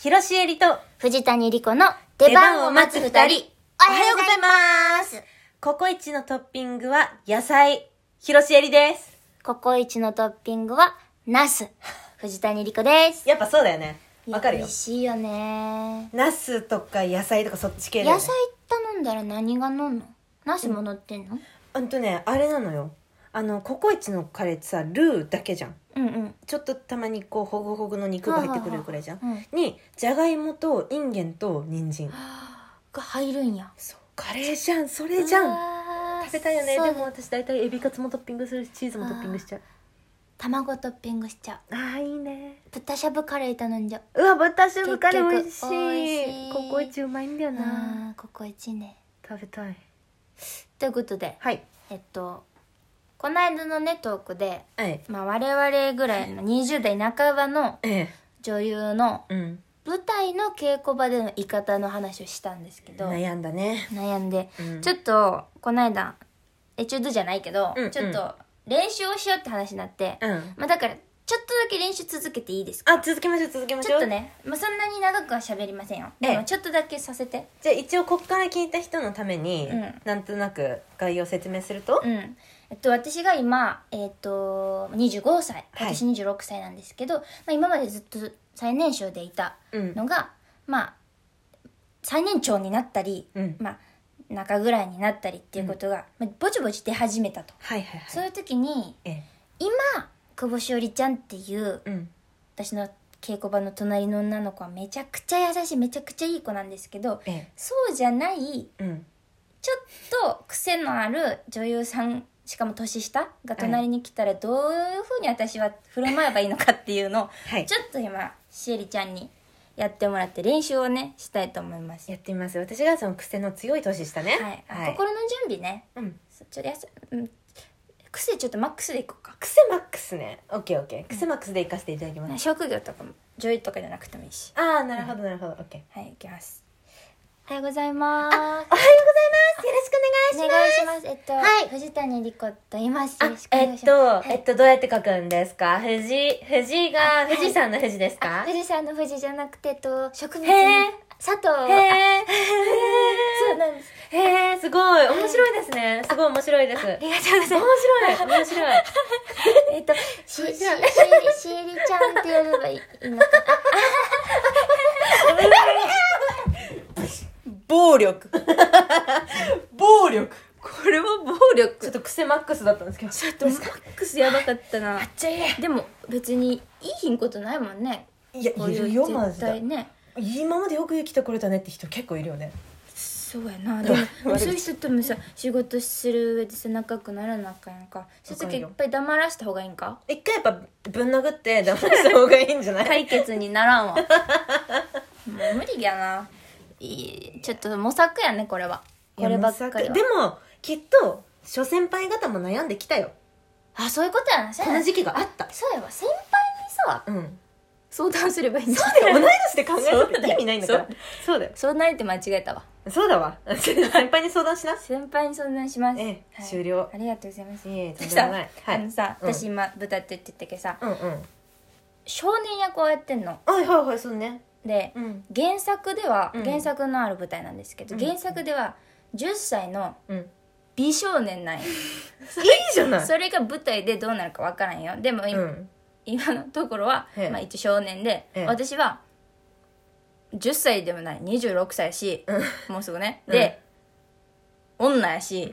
広しえりと藤谷莉子の出出番番をを待待つつ二二人人。おはようございます。ココイチのトッピングは野菜広しえりですココイチのトッピングは、ナス。藤谷莉子です。やっぱそうだよねわかる美よ味しいよね。ナスとか野菜とかそっち系だよ野ね菜頼んだら何が飲んのナスも乗ってんのうんとねあれなのよあのココイチのカレーってさルーだけじゃんうんうん。ちょっとたまにこうほぐほぐの肉が入ってくるくらいじゃん、はあはあはにじゃがいもとインゲンと人参が入るんや。そうカレーじゃんそれじゃんん食べたいよねそうでも私大体エビカツもトッピングするしチーズもトッピングしちゃう卵トッピングしちゃう。あーいいね豚しゃぶカレー頼んじゃう。うわ豚しゃぶカレー美味し結局美味しいいココイチうまいんだよなあー、ココイチね。食べたいということで、はいえっと、この間のね、トークで、はいまあ、我々ぐらいの20代半ばのええ女優のうん舞台の稽古場での言い方の話をしたんですけど悩んだね悩んで、うんちょっとこの間エチュードじゃないけど、うんうんちょっと練習をしようって話になって、うんまあ、だからちょっとだけ練習続けていいですかあ続けましょう続けましちょょうっとね、まあ、そんなに長くは喋りませんよええでもちょっとだけさせてじゃあ一応こっから聞いた人のために、うんなんとなく概要を説明すると、うんえっと、私が今、えっと25歳今年26歳なんですけど、まあ、今までずっと最年少でいたうんのが、まあ最年長になったり、うんまあ中ぐらいになったりっていうことが、まあ、ぼちぼち出始めたと、はいはいはそういいう時にええ今久保しおりちゃんっていううん私の稽古場の隣の女の子はめちゃくちゃ優しいめちゃくちゃいい子なんですけどええそうじゃないうんちょっと癖のある女優さんしかも年下が隣に来たらどういうふうに私は振る舞えばいいのかっていうのをはいちょっと今シエリちゃんにやってもらって練習をねしたいと思いますやってみます私がその癖の強い年下ねはい、心の準備ねうんそちょっとやす、うん、癖ちょっとマックスでいこうか癖マックスねオッケーオッケー癖マックスで行かせていただきます、職業とかも女優とかじゃなくてもいいしああなるほどなるほどオッケーはいいきますおはようございますおはようございますよろしくおお願願いいししますますえっと、はい藤谷莉子と言いますよろしくおあ、願えいっしますと、えっと、どうやって書くんですか藤、藤が、富士山の富士ですか富士山の富士じゃなくてえっと植物のへー佐藤へえ、そうなんですへえ、すごい。面白いですね。すごい面白いです。ありがとうござ面います白い、面白い。 えっとししし面りし白いえりちゃんってやればいいのか暴力。 暴力。これは暴力。ちょっと癖マックスだったんですけど。ちょっなマックスやばかったなちゃい でも別にいいひんことないもんねいや、こういうるよ、マジ絶対で。ね今までよく生きてこれたねって人結構いるよね。そうやな でも悪口そういう人ともさ仕事する上でさ仲良くならなあかんやんかそういう時いっぱい黙らした方がいいんか一回やっぱ、ぶん殴って騙した方がいいんじゃない解決にならんわ もう無理やないいちょっと模索やねこれはいこやればっかりまさはでもきっと諸先輩方も悩んできたよあそういうことやなそうこやなの時期があったそうやわ先輩にさうん相談すればいいんだ同 い年で考そうえだてよ意味ないんだからそうだよ相談って間違えたわそうだわ 先輩に相談しな先輩に相談します、ええはい終了ありがとうございますいえとんでさもないはあいのさ、うん私今豚って言ってたけどさ、うんうん少年役をやってんのはいはいはいそうねで、うん原作では、うん原作のある舞台なんですけど、うん原作では10歳のうんいい美少年なんよじゃないそれが舞台でどうなるかわからんよでも今,、うん今のところは、ええまあ、一応少年で、ええ私は10歳でもない26歳やし、もうすぐねうんで、女やし、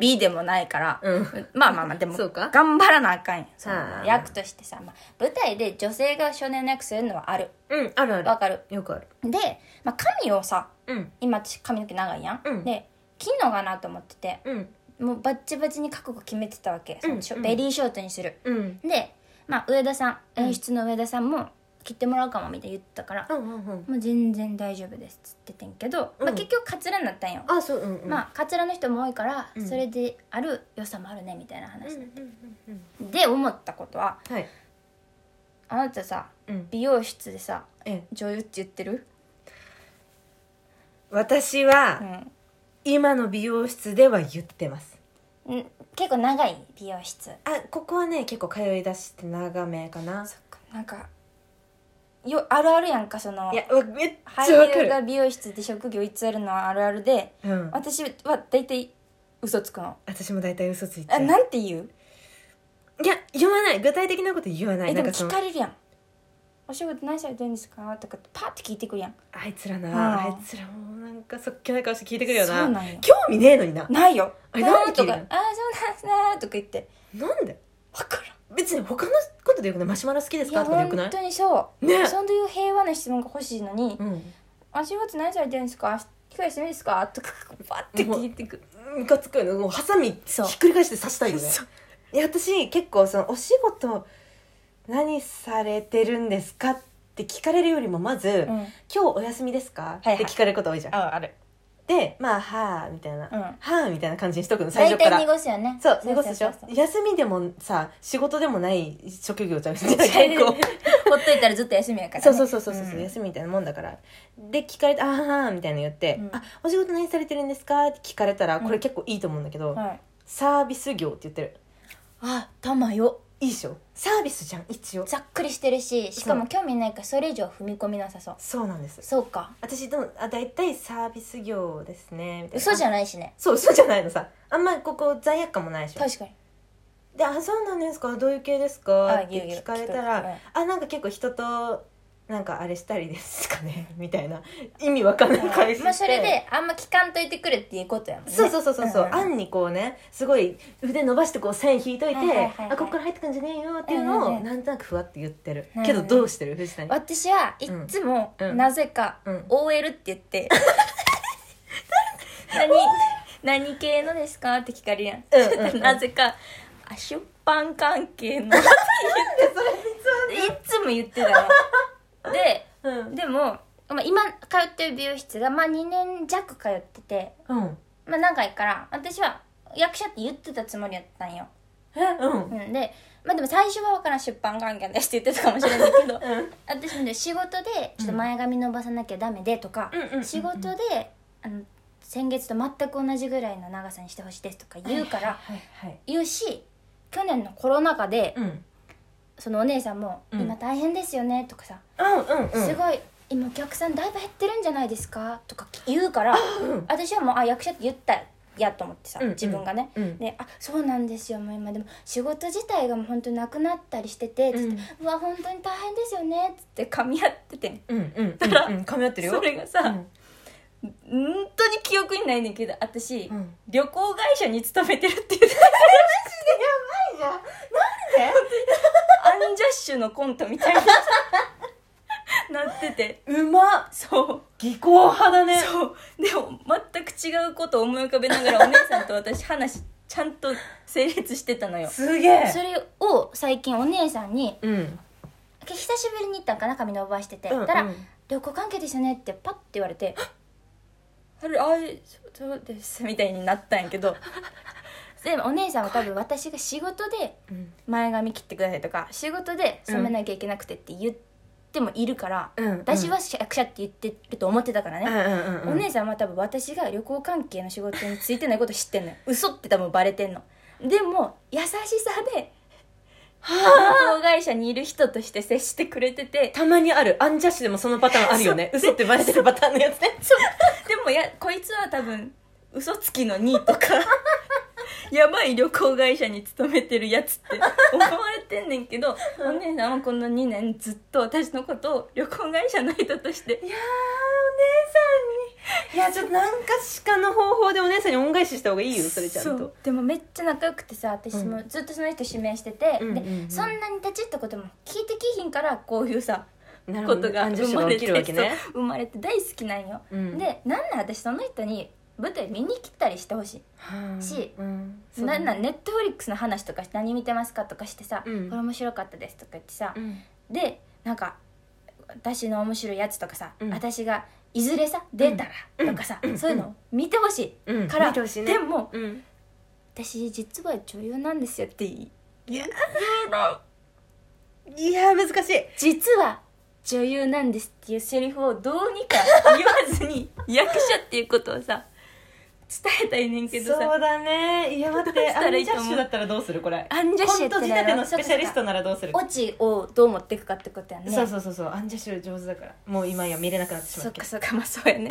美でもないから、うんまあまあまあでもそうか頑張らなあかんよそのあー役としてさ、まあ、舞台で女性が少年の役するのはあるうんあるあるわかるよくあるで、まあ、髪をさうん今私髪の毛長いやん、うんで切んのかなと思っててうんもうバッチバチに覚悟決めてたわけ、そのしょうんベリーショートにするうんで、まあ、上田さん演出の上田さんも切ってもらうかもみたいに言ってたからう、んうんうんもう全然大丈夫ですっつっててんけど、うんまあ、結局カツラになったんよ、あそううんうんまあカツラの人も多いから、うんそれである良さもあるねみたいなうんう話ん、うんうんで思ったことははいあなたさうん美容室でさええ女優って言ってる、私うはん今の美容室では言ってますん、結構長い美容室あここはね結構通い出して長めかなそっかなんかよあるあるやんかそのいやうわめっちゃわか俳優るが美容室で職業偽るのはあるあるでうん私は大体嘘つくの私も大体嘘ついてあなんて言ういや言わない具体的なこと言わないえなでんもかそ聞のかれるやん「お仕事何されてるんですか?」とかってパッて聞いてくるやんあいつらうんなあいつらもうなんかそっけない顔して聞いてくるよそうななんよ興味ねえのになないよあれなんあーで聞といてかん「あのーそうなんすな」とか言ってなんで分からん別に他のことでよくないマシュマロ好きですいかやとかでよくな本い当にそう、ねそういう平和な質問が欲しいのにうん「お仕事何されてるんですか今日休みですか?」とかパッて聞いてくるムカつくよねもうハサミひそうっくり返して刺したいよね そういや私結構そのお仕事何されてるんですかって聞かれるよりもまず、うん今日お休みですか、はいはいって聞かれること多いじゃんああるでまあはあみたいな、うんはあみたいな感じにしとくの最大初か体ら濁すよねそう濁すでしょそうそうそう休みでもさ仕事でもない職業じゃん結 そう構ほっといたらずっと休みやからねそうそうそうそうそう、ん休みみたいなもんだからで聞かれて「あーはーみたいなの言って、うんあお仕事何されてるんですか?」って聞かれたらこうれん結構いいと思うんだけど、はいサービス業って言ってるあ玉よいいでしょサービスじゃん一応ざっくりしてるししかも興味ないからそれ以上踏み込みなさそうそうなんですそうか私でもあ大体サービス業ですねみたいな嘘じゃゃないしねそう嘘じゃないのさあんまりここ罪悪感もないでしょ確かにで「あそうなんですかどういう系ですか?」あっ言うて言う聞かれたら聞く「あなんか結構人となんかあれしたりですかね」 みたいな意味わかんない返ししてまあそれであんま聞かんといてくれっていうことやもんねそうそうそうそうそう、んん案にこうねすごい腕伸ばしてこう線引いといて、はいはいはいはいあここから入ってくんじゃねえよっていうのうんうんをうんなんとなくふわって言ってる、うんうんけどどうしてる藤谷私はいっつもうんうんなぜかうん OL って言 って、何何系のですかって聞かれるやん、うんうんうん なぜかあ出版関 係のいつも言ってたのでうんでも、まあ、今通ってる美容室が、まあ、2年弱通ってて、うんまあ、長いから私は役者って言ってたつもりやったんよ、えうんうん、で、まあ、でも最初は分からん出版関係ですって言ってたかもしれないけどうん私も仕事でちょっと前髪伸ばさなきゃダメでとか、うんうんうんうん仕事であの先月と全く同じぐらいの長さにしてほしいですとか言うから、はいはい言うし去年のコロナ禍で、うんうんそのお姉さんも「うん今大変ですよね」とかさ、うんうんすごい今お客さんだいぶ減ってるんじゃないですか?」とか言うからうん私はもうあ役者って言ったやと思ってさ、うんうん自分がね。うんであそうなんですよもう今でも仕事自体がもう本当になくなったりしてて、つってうわ本当に大変ですよねっつって噛み合っててうんうん うんたらうん噛み合ってるよそれがさうん本当に記憶にないねんけど私、うん旅行会社に勤めてる って言ってじゃあなんアンジャッシュのコントみたいな なっててでうまっそう技巧派だねそうでも全く違うことを思い浮かべながらお姉さんと私話ちゃんと成立してたのよすげえそれを最近お姉さんにうん久しぶりに行ったんかな髪伸ばしてて、うんうんたら「旅行関係ですよね」ってパッて言われて「 あれあれそうそうです」みたいになったんやけど でもお姉さんは多分私が仕事でうん前髪切ってくださいとか仕事で染めなきゃいけなくてって言ってもいるから、うん私は役者って言ってると思ってたからね、うんうんうんお姉さんは多分私が旅行関係の仕事についてないこと知ってんのよ嘘って多分バレてんのでも優しさで旅行会社にいる人として接してくれててたまにあるアンジャッシュでもそのパターンあるよね嘘ってバレてるパターンのやつねそうでもやこいつは多分嘘つきの2とか やばい旅行会社に勤めてるやつって思われてんねんけど、お姉さんはこの2年ずっと私のことを旅行会社の人と していやーお姉さんにいやちょっとなんかしかの方法でお姉さんに恩返しした方がいいよそれちゃんとそうでもめっちゃ仲良くてさ私もずっとその人指名してて、うんで、うんうんうんそんなに立ち入ったことも聞いてきひんからこういうさなるほこどとがアンジャッ生シュまがれ起てきるわけねそう生まれて大好きなんよ、うんでなんなん私その人に舞台見に来たりしてほしいはあしうんそうなだんねなんネットフリックスの話とかして何見てますかとかしてさ、うんこれ面白かったですとか言ってさ、うんでなんか私の面白いやつとかさ、うん私がいずれさ出たらとかさ、そういうのを見てほしい、うんから見てほしいねでもうん私実は女優なんですよって言いいやいや難しい実は女優なん ですっていうセリフをどうにか言わずに役者っていうことをさ伝えたいねんけどそうさだねいや待ってどうしたアらいンいジとャッ思うシュだったらどうするこれアンジャッシュコやントった仕立らてのスペシャリストならどうするオチをどう持っていくかってことやねそうそうそうそうアンジャッシュ上手だからもう今や見れなくなってしまそうっけかどそっかまあそう やね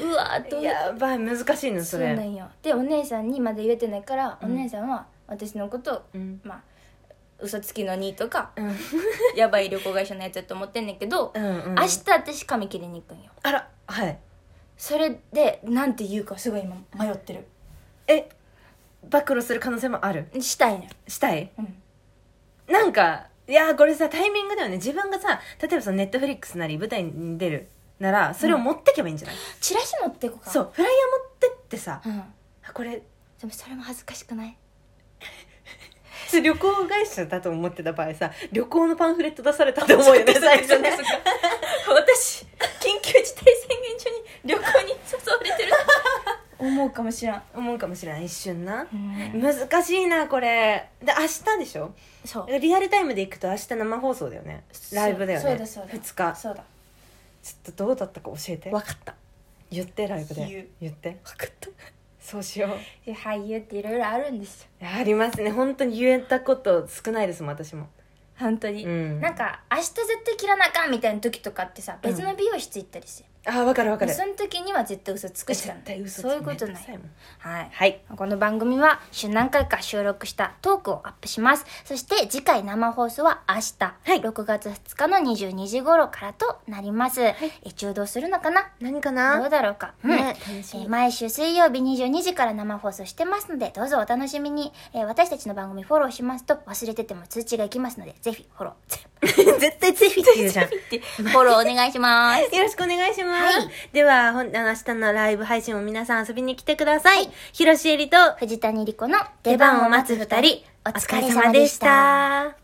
うわーどうやばい難しいのそそうなれんよでお姉さんにまだ言えてないから、うんお姉さんは私のことをうんまあ嘘つきの2とか うんやばい旅行会社のやつやと思ってんねんけど、うんうん明日私髪切りに行くんよあらはいそれでなんて言うかすごい今迷ってるえ暴露する可能性もあるしたいねしたいんうんなんかいやーこれさタイミングだよね自分がさ例えばそのネットフリックスなり舞台に出るならそれを持ってけばいいんじゃない、チラシ持ってこかそうフライヤー持ってってさ、うんあこれでもそれも恥ずかしくない旅行会社だと思ってた場合さ旅行のパンフレット出されたって思うよね最初ね 私緊急事態宣言中に旅行に誘われてる 思うかもしらん、思うかもしれない一瞬な難しいなこれで明日でしょそうリアルタイムで行くと明日生放送だよねそうライブだよねそうだそうだ2日そうだちょっとどうだったか教えて分かった言ってライブで言うって分かったそうしよういや 俳優っていろいろあるんですよいやありますね本当に言えたこと少ないですもん私も本当に、うんなんか明日絶対切らなあかんみたいな時とかってさ別の美容室行ったりして、あわかるわかるその時には絶対嘘つくしかない絶対嘘つそういうことめんなどくいさもんはいはいこの番組は週何回か収録したトークをアップしますそして次回生放送は明日、はい6月2日の22時頃からとなります、え中道するのかな何かどうなだろうか、ね楽しみえー毎週水曜日22時から生放送してますのでどうぞお楽しみに、えー私たちの番組フォローしますと忘れてても通知がいきますのでぜひフォロー 絶対ぜひって言うじゃんフォローお願いしますよろしくお願いします。はいでは、ほんあの明日のライブ配信も皆さん遊びに来てください。広瀬えりと 藤谷莉子の出番を待つ二人、お疲れ様でした。